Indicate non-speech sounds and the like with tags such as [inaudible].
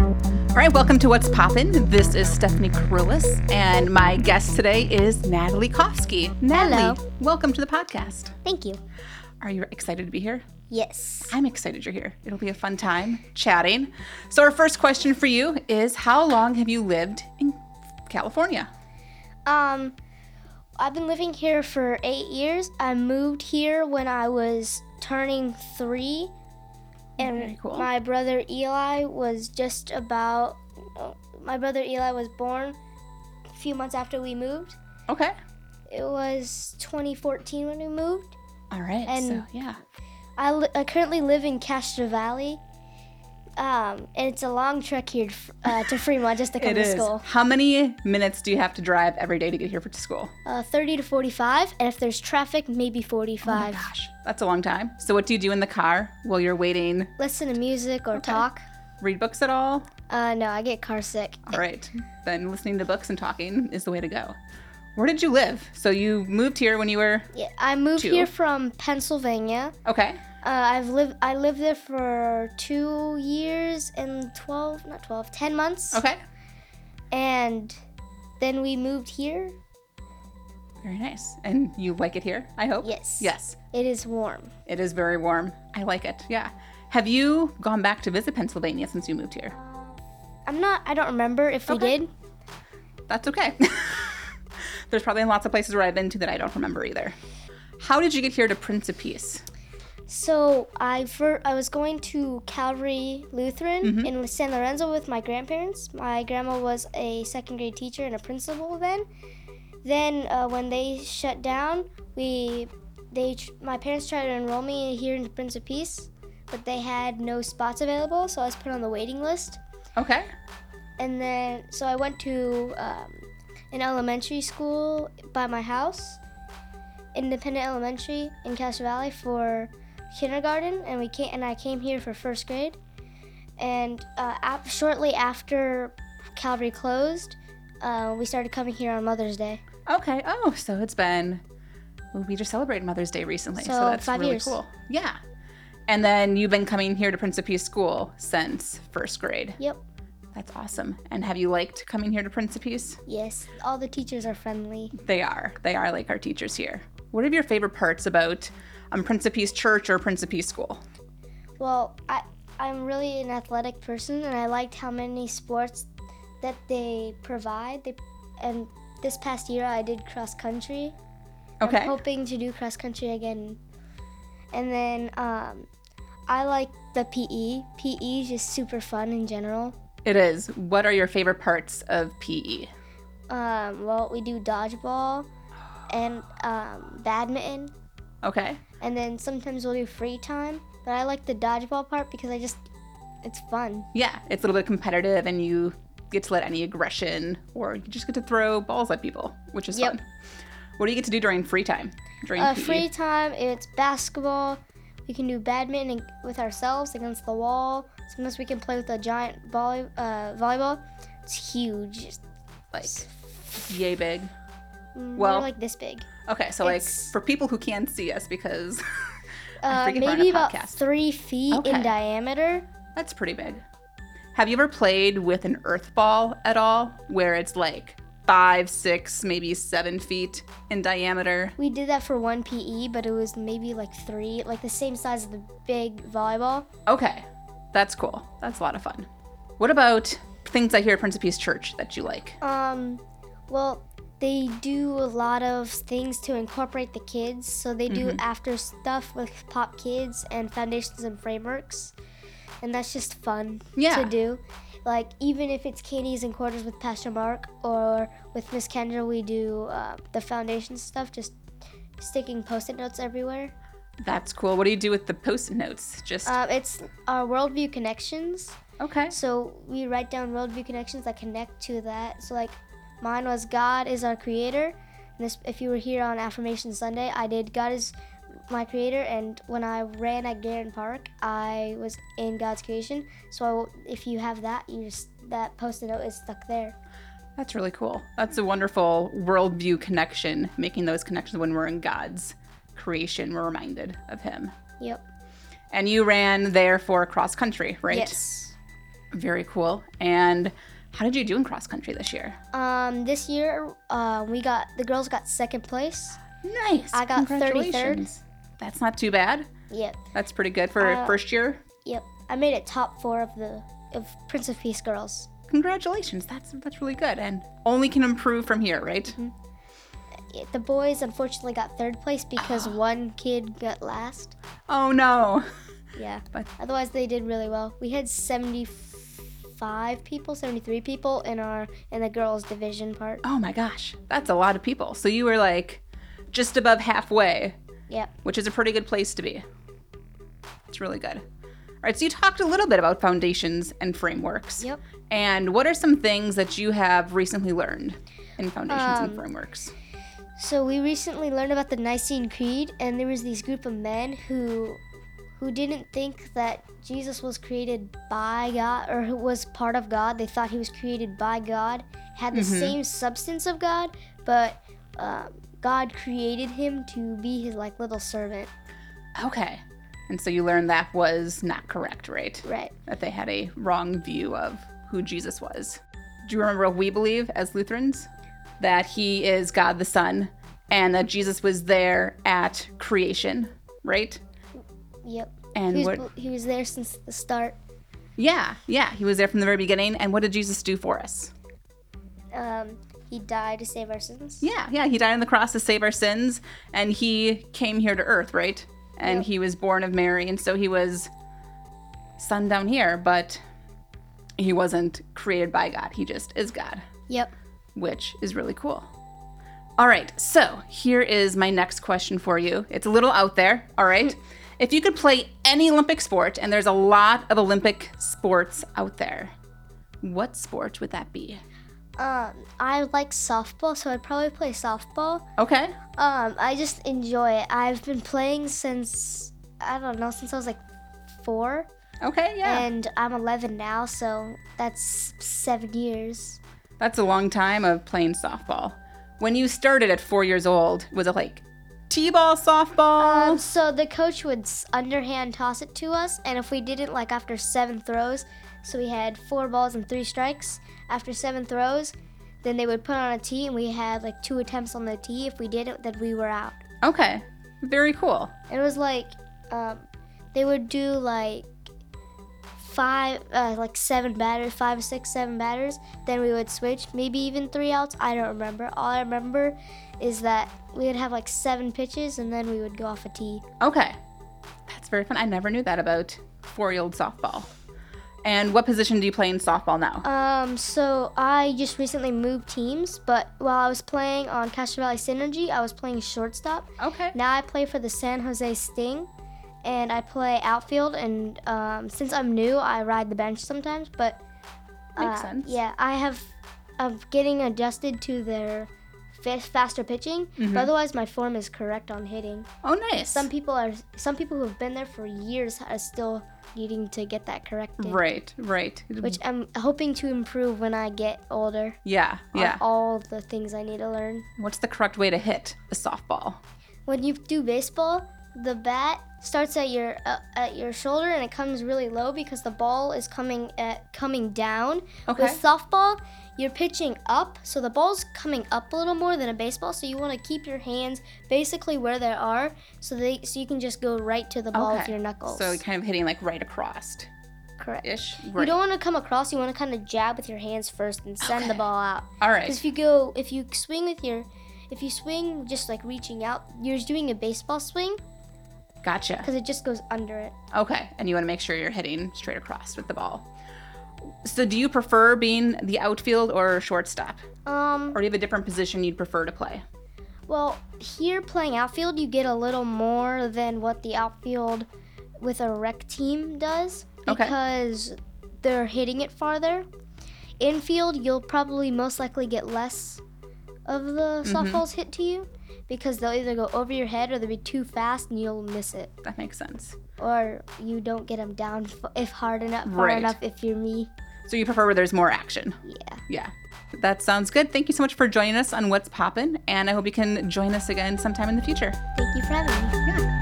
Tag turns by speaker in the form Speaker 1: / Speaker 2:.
Speaker 1: All right, welcome to What's Poppin'. This is Stephanie Carullis, and my guest today is Natalie Kofsky. Natalie,
Speaker 2: Hello.
Speaker 1: welcome to the podcast.
Speaker 2: Thank you.
Speaker 1: Are you excited to be here?
Speaker 2: Yes.
Speaker 1: I'm excited you're here. It'll be a fun time chatting. So, our first question for you is How long have you lived in California?
Speaker 2: Um, I've been living here for eight years. I moved here when I was turning three, and
Speaker 1: Very cool.
Speaker 2: my brother Eli was just about. My brother Eli was born a few months after we moved.
Speaker 1: Okay.
Speaker 2: It was 2014 when we moved.
Speaker 1: All right. so,
Speaker 2: And-
Speaker 1: yeah.
Speaker 2: I, li- I currently live in Castro Valley. Um, and it's a long trek here to, F- uh, to Fremont just to come
Speaker 1: It
Speaker 2: to
Speaker 1: is.
Speaker 2: school.
Speaker 1: How many minutes do you have to drive every day to get here for to school?
Speaker 2: Uh, 30 to 45, and if there's traffic, maybe 45.
Speaker 1: Oh Gosh, that's a long time. So, what do you do in the car while you're waiting?
Speaker 2: listen to music or talk.
Speaker 1: Read books at all?
Speaker 2: Uh, no, I get car sick.
Speaker 1: All right. Then listening to books and talking is the way to go. Where did you live? So you moved here when you were
Speaker 2: Yeah, I moved
Speaker 1: Two.
Speaker 2: here from Pennsylvania.
Speaker 1: okay.
Speaker 2: Uh, I've lived I lived there for two years and twelve not twelve ten months.
Speaker 1: Okay.
Speaker 2: And then we moved here.
Speaker 1: Very nice. And you like it here, I hope?
Speaker 2: Yes.
Speaker 1: Yes.
Speaker 2: It is warm.
Speaker 1: It is very warm. I like it. Yeah. Have you gone back to visit Pennsylvania since you moved here?
Speaker 2: I'm not. I don't remember if we
Speaker 1: Okay.
Speaker 2: did.
Speaker 1: That's okay. [laughs] There's probably lots of places where I've been to that I don't remember either. How did you get here to Prince of Peace?
Speaker 2: So I for I was going to Calvary Lutheran in San Lorenzo with my grandparents. My grandma was a second grade teacher and a principal then. Then uh, when they shut down, we they tr- my parents tried to enroll me here in Prince of Peace, but they had no spots available, so I was put on the waiting list.
Speaker 1: Okay.
Speaker 2: And then so I went to um, an elementary school by my house, Independent Elementary in Castro Valley for kindergarten, and we came, and I came here for first grade. And uh, ap- shortly after Calvary closed, uh, we started coming here on Mother's Day.
Speaker 1: Okay. Oh, so it's been. well, We just celebrated Mother's Day recently, so,
Speaker 2: So,
Speaker 1: that's
Speaker 2: five
Speaker 1: really
Speaker 2: years.
Speaker 1: cool. Yeah. And then you've been coming here to Prince of Peace School since first grade.
Speaker 2: Yep.
Speaker 1: That's awesome. And have you liked coming here to Prince of Peace?
Speaker 2: Yes. All the teachers are friendly.
Speaker 1: They are. They are like our teachers here. What are your favorite parts about um, Prince of Peace Church or Prince of Peace School?
Speaker 2: Well, I I'm really an athletic person, and I liked how many sports that they provide. They and this past year I did cross country.
Speaker 1: Okay.
Speaker 2: I'm hoping to do cross country again. And then um, I like the PE. PE E is just super fun in general.
Speaker 1: It is. What are your favorite parts of E? PE?
Speaker 2: Um, well, we do dodgeball and um, badminton,
Speaker 1: Okay.
Speaker 2: and then sometimes we'll do free time. But I like the dodgeball part because I just it's fun.
Speaker 1: Yeah, it's a little bit competitive and you get to let any aggression or you just get to throw balls at people, which is
Speaker 2: Yep.
Speaker 1: fun. What do you get to do during free time? During E?
Speaker 2: Uh,
Speaker 1: PE?
Speaker 2: free time, it's basketball. We can do badminton ag- with ourselves against the wall. Sometimes we can play with a giant volley, uh, volleyball. It's huge. It's
Speaker 1: like yay big.
Speaker 2: more
Speaker 1: Well,
Speaker 2: like this big.
Speaker 1: Okay, so like
Speaker 2: it's-
Speaker 1: for people who can see us because [laughs]
Speaker 2: Uh,
Speaker 1: forget we're on a
Speaker 2: maybe about
Speaker 1: podcast.
Speaker 2: three feet
Speaker 1: Okay.
Speaker 2: in diameter.
Speaker 1: that's pretty big. Have you ever played with an earth ball at all where it's like five, six, maybe seven feet in diameter?
Speaker 2: We did that for one PE, but it was maybe like three, like the same size as the big volleyball.
Speaker 1: Okay, that's cool. That's a lot of fun. What about things I hear at Prince of Peace Church that you like?
Speaker 2: Um, well, they do a lot of things to incorporate the kids. So they do after stuff with Pop Kids and Foundations and Frameworks, and that's just fun
Speaker 1: Yeah.
Speaker 2: to do. Like even if it's Katie's and quarters with Pastor Mark or with Miss Kendra, we do uh, the foundation stuff, just sticking post-it notes everywhere.
Speaker 1: That's cool. What do you do with the post notes? Just
Speaker 2: Um, it's our worldview connections.
Speaker 1: Uh, okay.
Speaker 2: So we write down worldview connections that connect to that. So like, mine was God is our creator. And this, if you were here on Affirmation Sunday, I did God is my creator. And when I ran at Garen Park, I was in God's creation. So if you have that, you just that post-it note is stuck there.
Speaker 1: That's really cool. That's a wonderful worldview connection, making those connections when we're in God's creation. We're reminded of Him.
Speaker 2: Yep.
Speaker 1: And you ran there for cross country, right?
Speaker 2: Yes.
Speaker 1: Very cool. And how did you do in cross country this year?
Speaker 2: Um, this year, uh, we got the girls got second place.
Speaker 1: Nice.
Speaker 2: I got 33rd.
Speaker 1: Congratulations. That's not too bad.
Speaker 2: Yep,
Speaker 1: That's pretty good for
Speaker 2: Uh,
Speaker 1: first year.
Speaker 2: yep. I made it top four of the of Prince of Peace girls.
Speaker 1: Congratulations. That's that's really good and only can improve from here, right?
Speaker 2: Yeah, The boys unfortunately got third place because one kid got last.
Speaker 1: Oh no.
Speaker 2: Yeah.
Speaker 1: But-
Speaker 2: Otherwise, they did really well. We had 75 people, 73 people in our in the girls division part.
Speaker 1: Oh my gosh. That's a lot of people. So you were like just above halfway,
Speaker 2: Yep.
Speaker 1: which is a pretty good place to be. It's really good. All right, so you talked a little bit about foundations and frameworks.
Speaker 2: Yep.
Speaker 1: And what are some things that you have recently learned in foundations and
Speaker 2: Um,
Speaker 1: frameworks?
Speaker 2: So we recently learned about the Nicene Creed, and there was this group of men who who didn't think that Jesus was created by God or who was part of God. They thought he was created by God, had the
Speaker 1: Mhm.
Speaker 2: same substance of God, but um, God created him to be his like little servant.
Speaker 1: Okay. And so you learned that was not correct, right?
Speaker 2: Right.
Speaker 1: That they had a wrong view of who Jesus was. Do you remember what we believe as Lutherans? That he is God the Son and that Jesus was there at creation, right?
Speaker 2: Yep.
Speaker 1: And
Speaker 2: He was,
Speaker 1: what
Speaker 2: bel- he was there since the start.
Speaker 1: Yeah, yeah, he was there from the very beginning and what did Jesus do for us?
Speaker 2: Um, he died to save our sins.
Speaker 1: Yeah, yeah, he died on the cross to save our sins and he came here to earth, right? And
Speaker 2: Yep.
Speaker 1: he was born of Mary and so he was son down here, but he wasn't created by God. He just is God,
Speaker 2: Yep.
Speaker 1: which is really cool. All right, so here is my next question for you. It's a little out there, all
Speaker 2: Mm.
Speaker 1: right? If you could play any Olympic sport, and there's a lot of Olympic sports out there, what sport would that be?
Speaker 2: Um, I like softball, so I'd probably play softball.
Speaker 1: Okay.
Speaker 2: Um, I just enjoy it. I've been playing since I don't know since I was like four,
Speaker 1: Okay, yeah.
Speaker 2: and I'm 11 now, so that's seven years.
Speaker 1: That's a long time of playing softball. When you started at four years old, was it like t-ball, softball?
Speaker 2: Um, so the coach would s- underhand toss it to us, and if we didn't like after seven throws, so we had four balls and three strikes after seven throws, then they would put on a tee, and we had like two attempts on the tee. If we didn't, then we were out.
Speaker 1: okay, very cool.
Speaker 2: It was like um, they would do like five, uh, like seven batters, five, six, seven batters. Then we would switch, maybe even three outs. I don't remember. All I remember is that we would have like seven pitches, and then we would go off a tee.
Speaker 1: Okay, that's very fun. I never knew that about four-year-old softball. And what position do you play in softball now?
Speaker 2: Um, so I just recently moved teams, but while I was playing on Castro Valley Synergy, I was playing shortstop.
Speaker 1: okay.
Speaker 2: Now I play for the San Jose Sting, and I play outfield. And um, since I'm new, I ride the bench sometimes. But
Speaker 1: Makes sense.
Speaker 2: Uh, Yeah, I have. I'm getting adjusted to their fa- faster pitching,
Speaker 1: Mhm.
Speaker 2: but otherwise my form is correct on hitting.
Speaker 1: Oh, nice.
Speaker 2: Some people are. Some people who have been there for years are still needing to get that corrected.
Speaker 1: right, right.
Speaker 2: Which I'm hoping to improve when I get older.
Speaker 1: yeah,
Speaker 2: on
Speaker 1: yeah.
Speaker 2: all the things I need to learn.
Speaker 1: What's the correct way to hit a softball?
Speaker 2: when you do baseball, the bat starts at your uh, at your shoulder and it comes really low because the ball is coming at, coming down.
Speaker 1: Okay.
Speaker 2: With softball, you're pitching up, so the ball's coming up a little more than a baseball. So you want to keep your hands basically where they are, so they so you can just go right to the ball with
Speaker 1: Okay.
Speaker 2: your knuckles.
Speaker 1: So kind of hitting like right across
Speaker 2: correct.
Speaker 1: ish.
Speaker 2: You
Speaker 1: Right.
Speaker 2: don't want to come across. You want to kind of jab with your hands first and send the
Speaker 1: Okay.
Speaker 2: ball out.
Speaker 1: All
Speaker 2: Because
Speaker 1: right.
Speaker 2: if you go, if you swing with your, if you swing just like reaching out, you're doing a baseball swing
Speaker 1: Gotcha.
Speaker 2: because it just goes under it.
Speaker 1: Okay, and you want to make sure you're hitting straight across with the ball. So, do you prefer being the outfield or shortstop,
Speaker 2: Um,
Speaker 1: or do you have a different position you'd prefer to play?
Speaker 2: well, here playing outfield, you get a little more than what the outfield with a rec team does
Speaker 1: Okay.
Speaker 2: because they're hitting it farther. Infield, you'll probably most likely get less of the
Speaker 1: Mm-hmm.
Speaker 2: softballs hit to you because they'll either go over your head or they'll be too fast and you'll miss it,
Speaker 1: That makes sense.
Speaker 2: or you don't get them down f- if hard enough, far
Speaker 1: Right.
Speaker 2: enough if you're me.
Speaker 1: So, you prefer where there's more action.
Speaker 2: Yeah.
Speaker 1: Yeah, that sounds good. Thank you so much for joining us on What's Poppin', and I hope you can join us again sometime in the future.
Speaker 2: Thank you for having me.
Speaker 1: Yeah.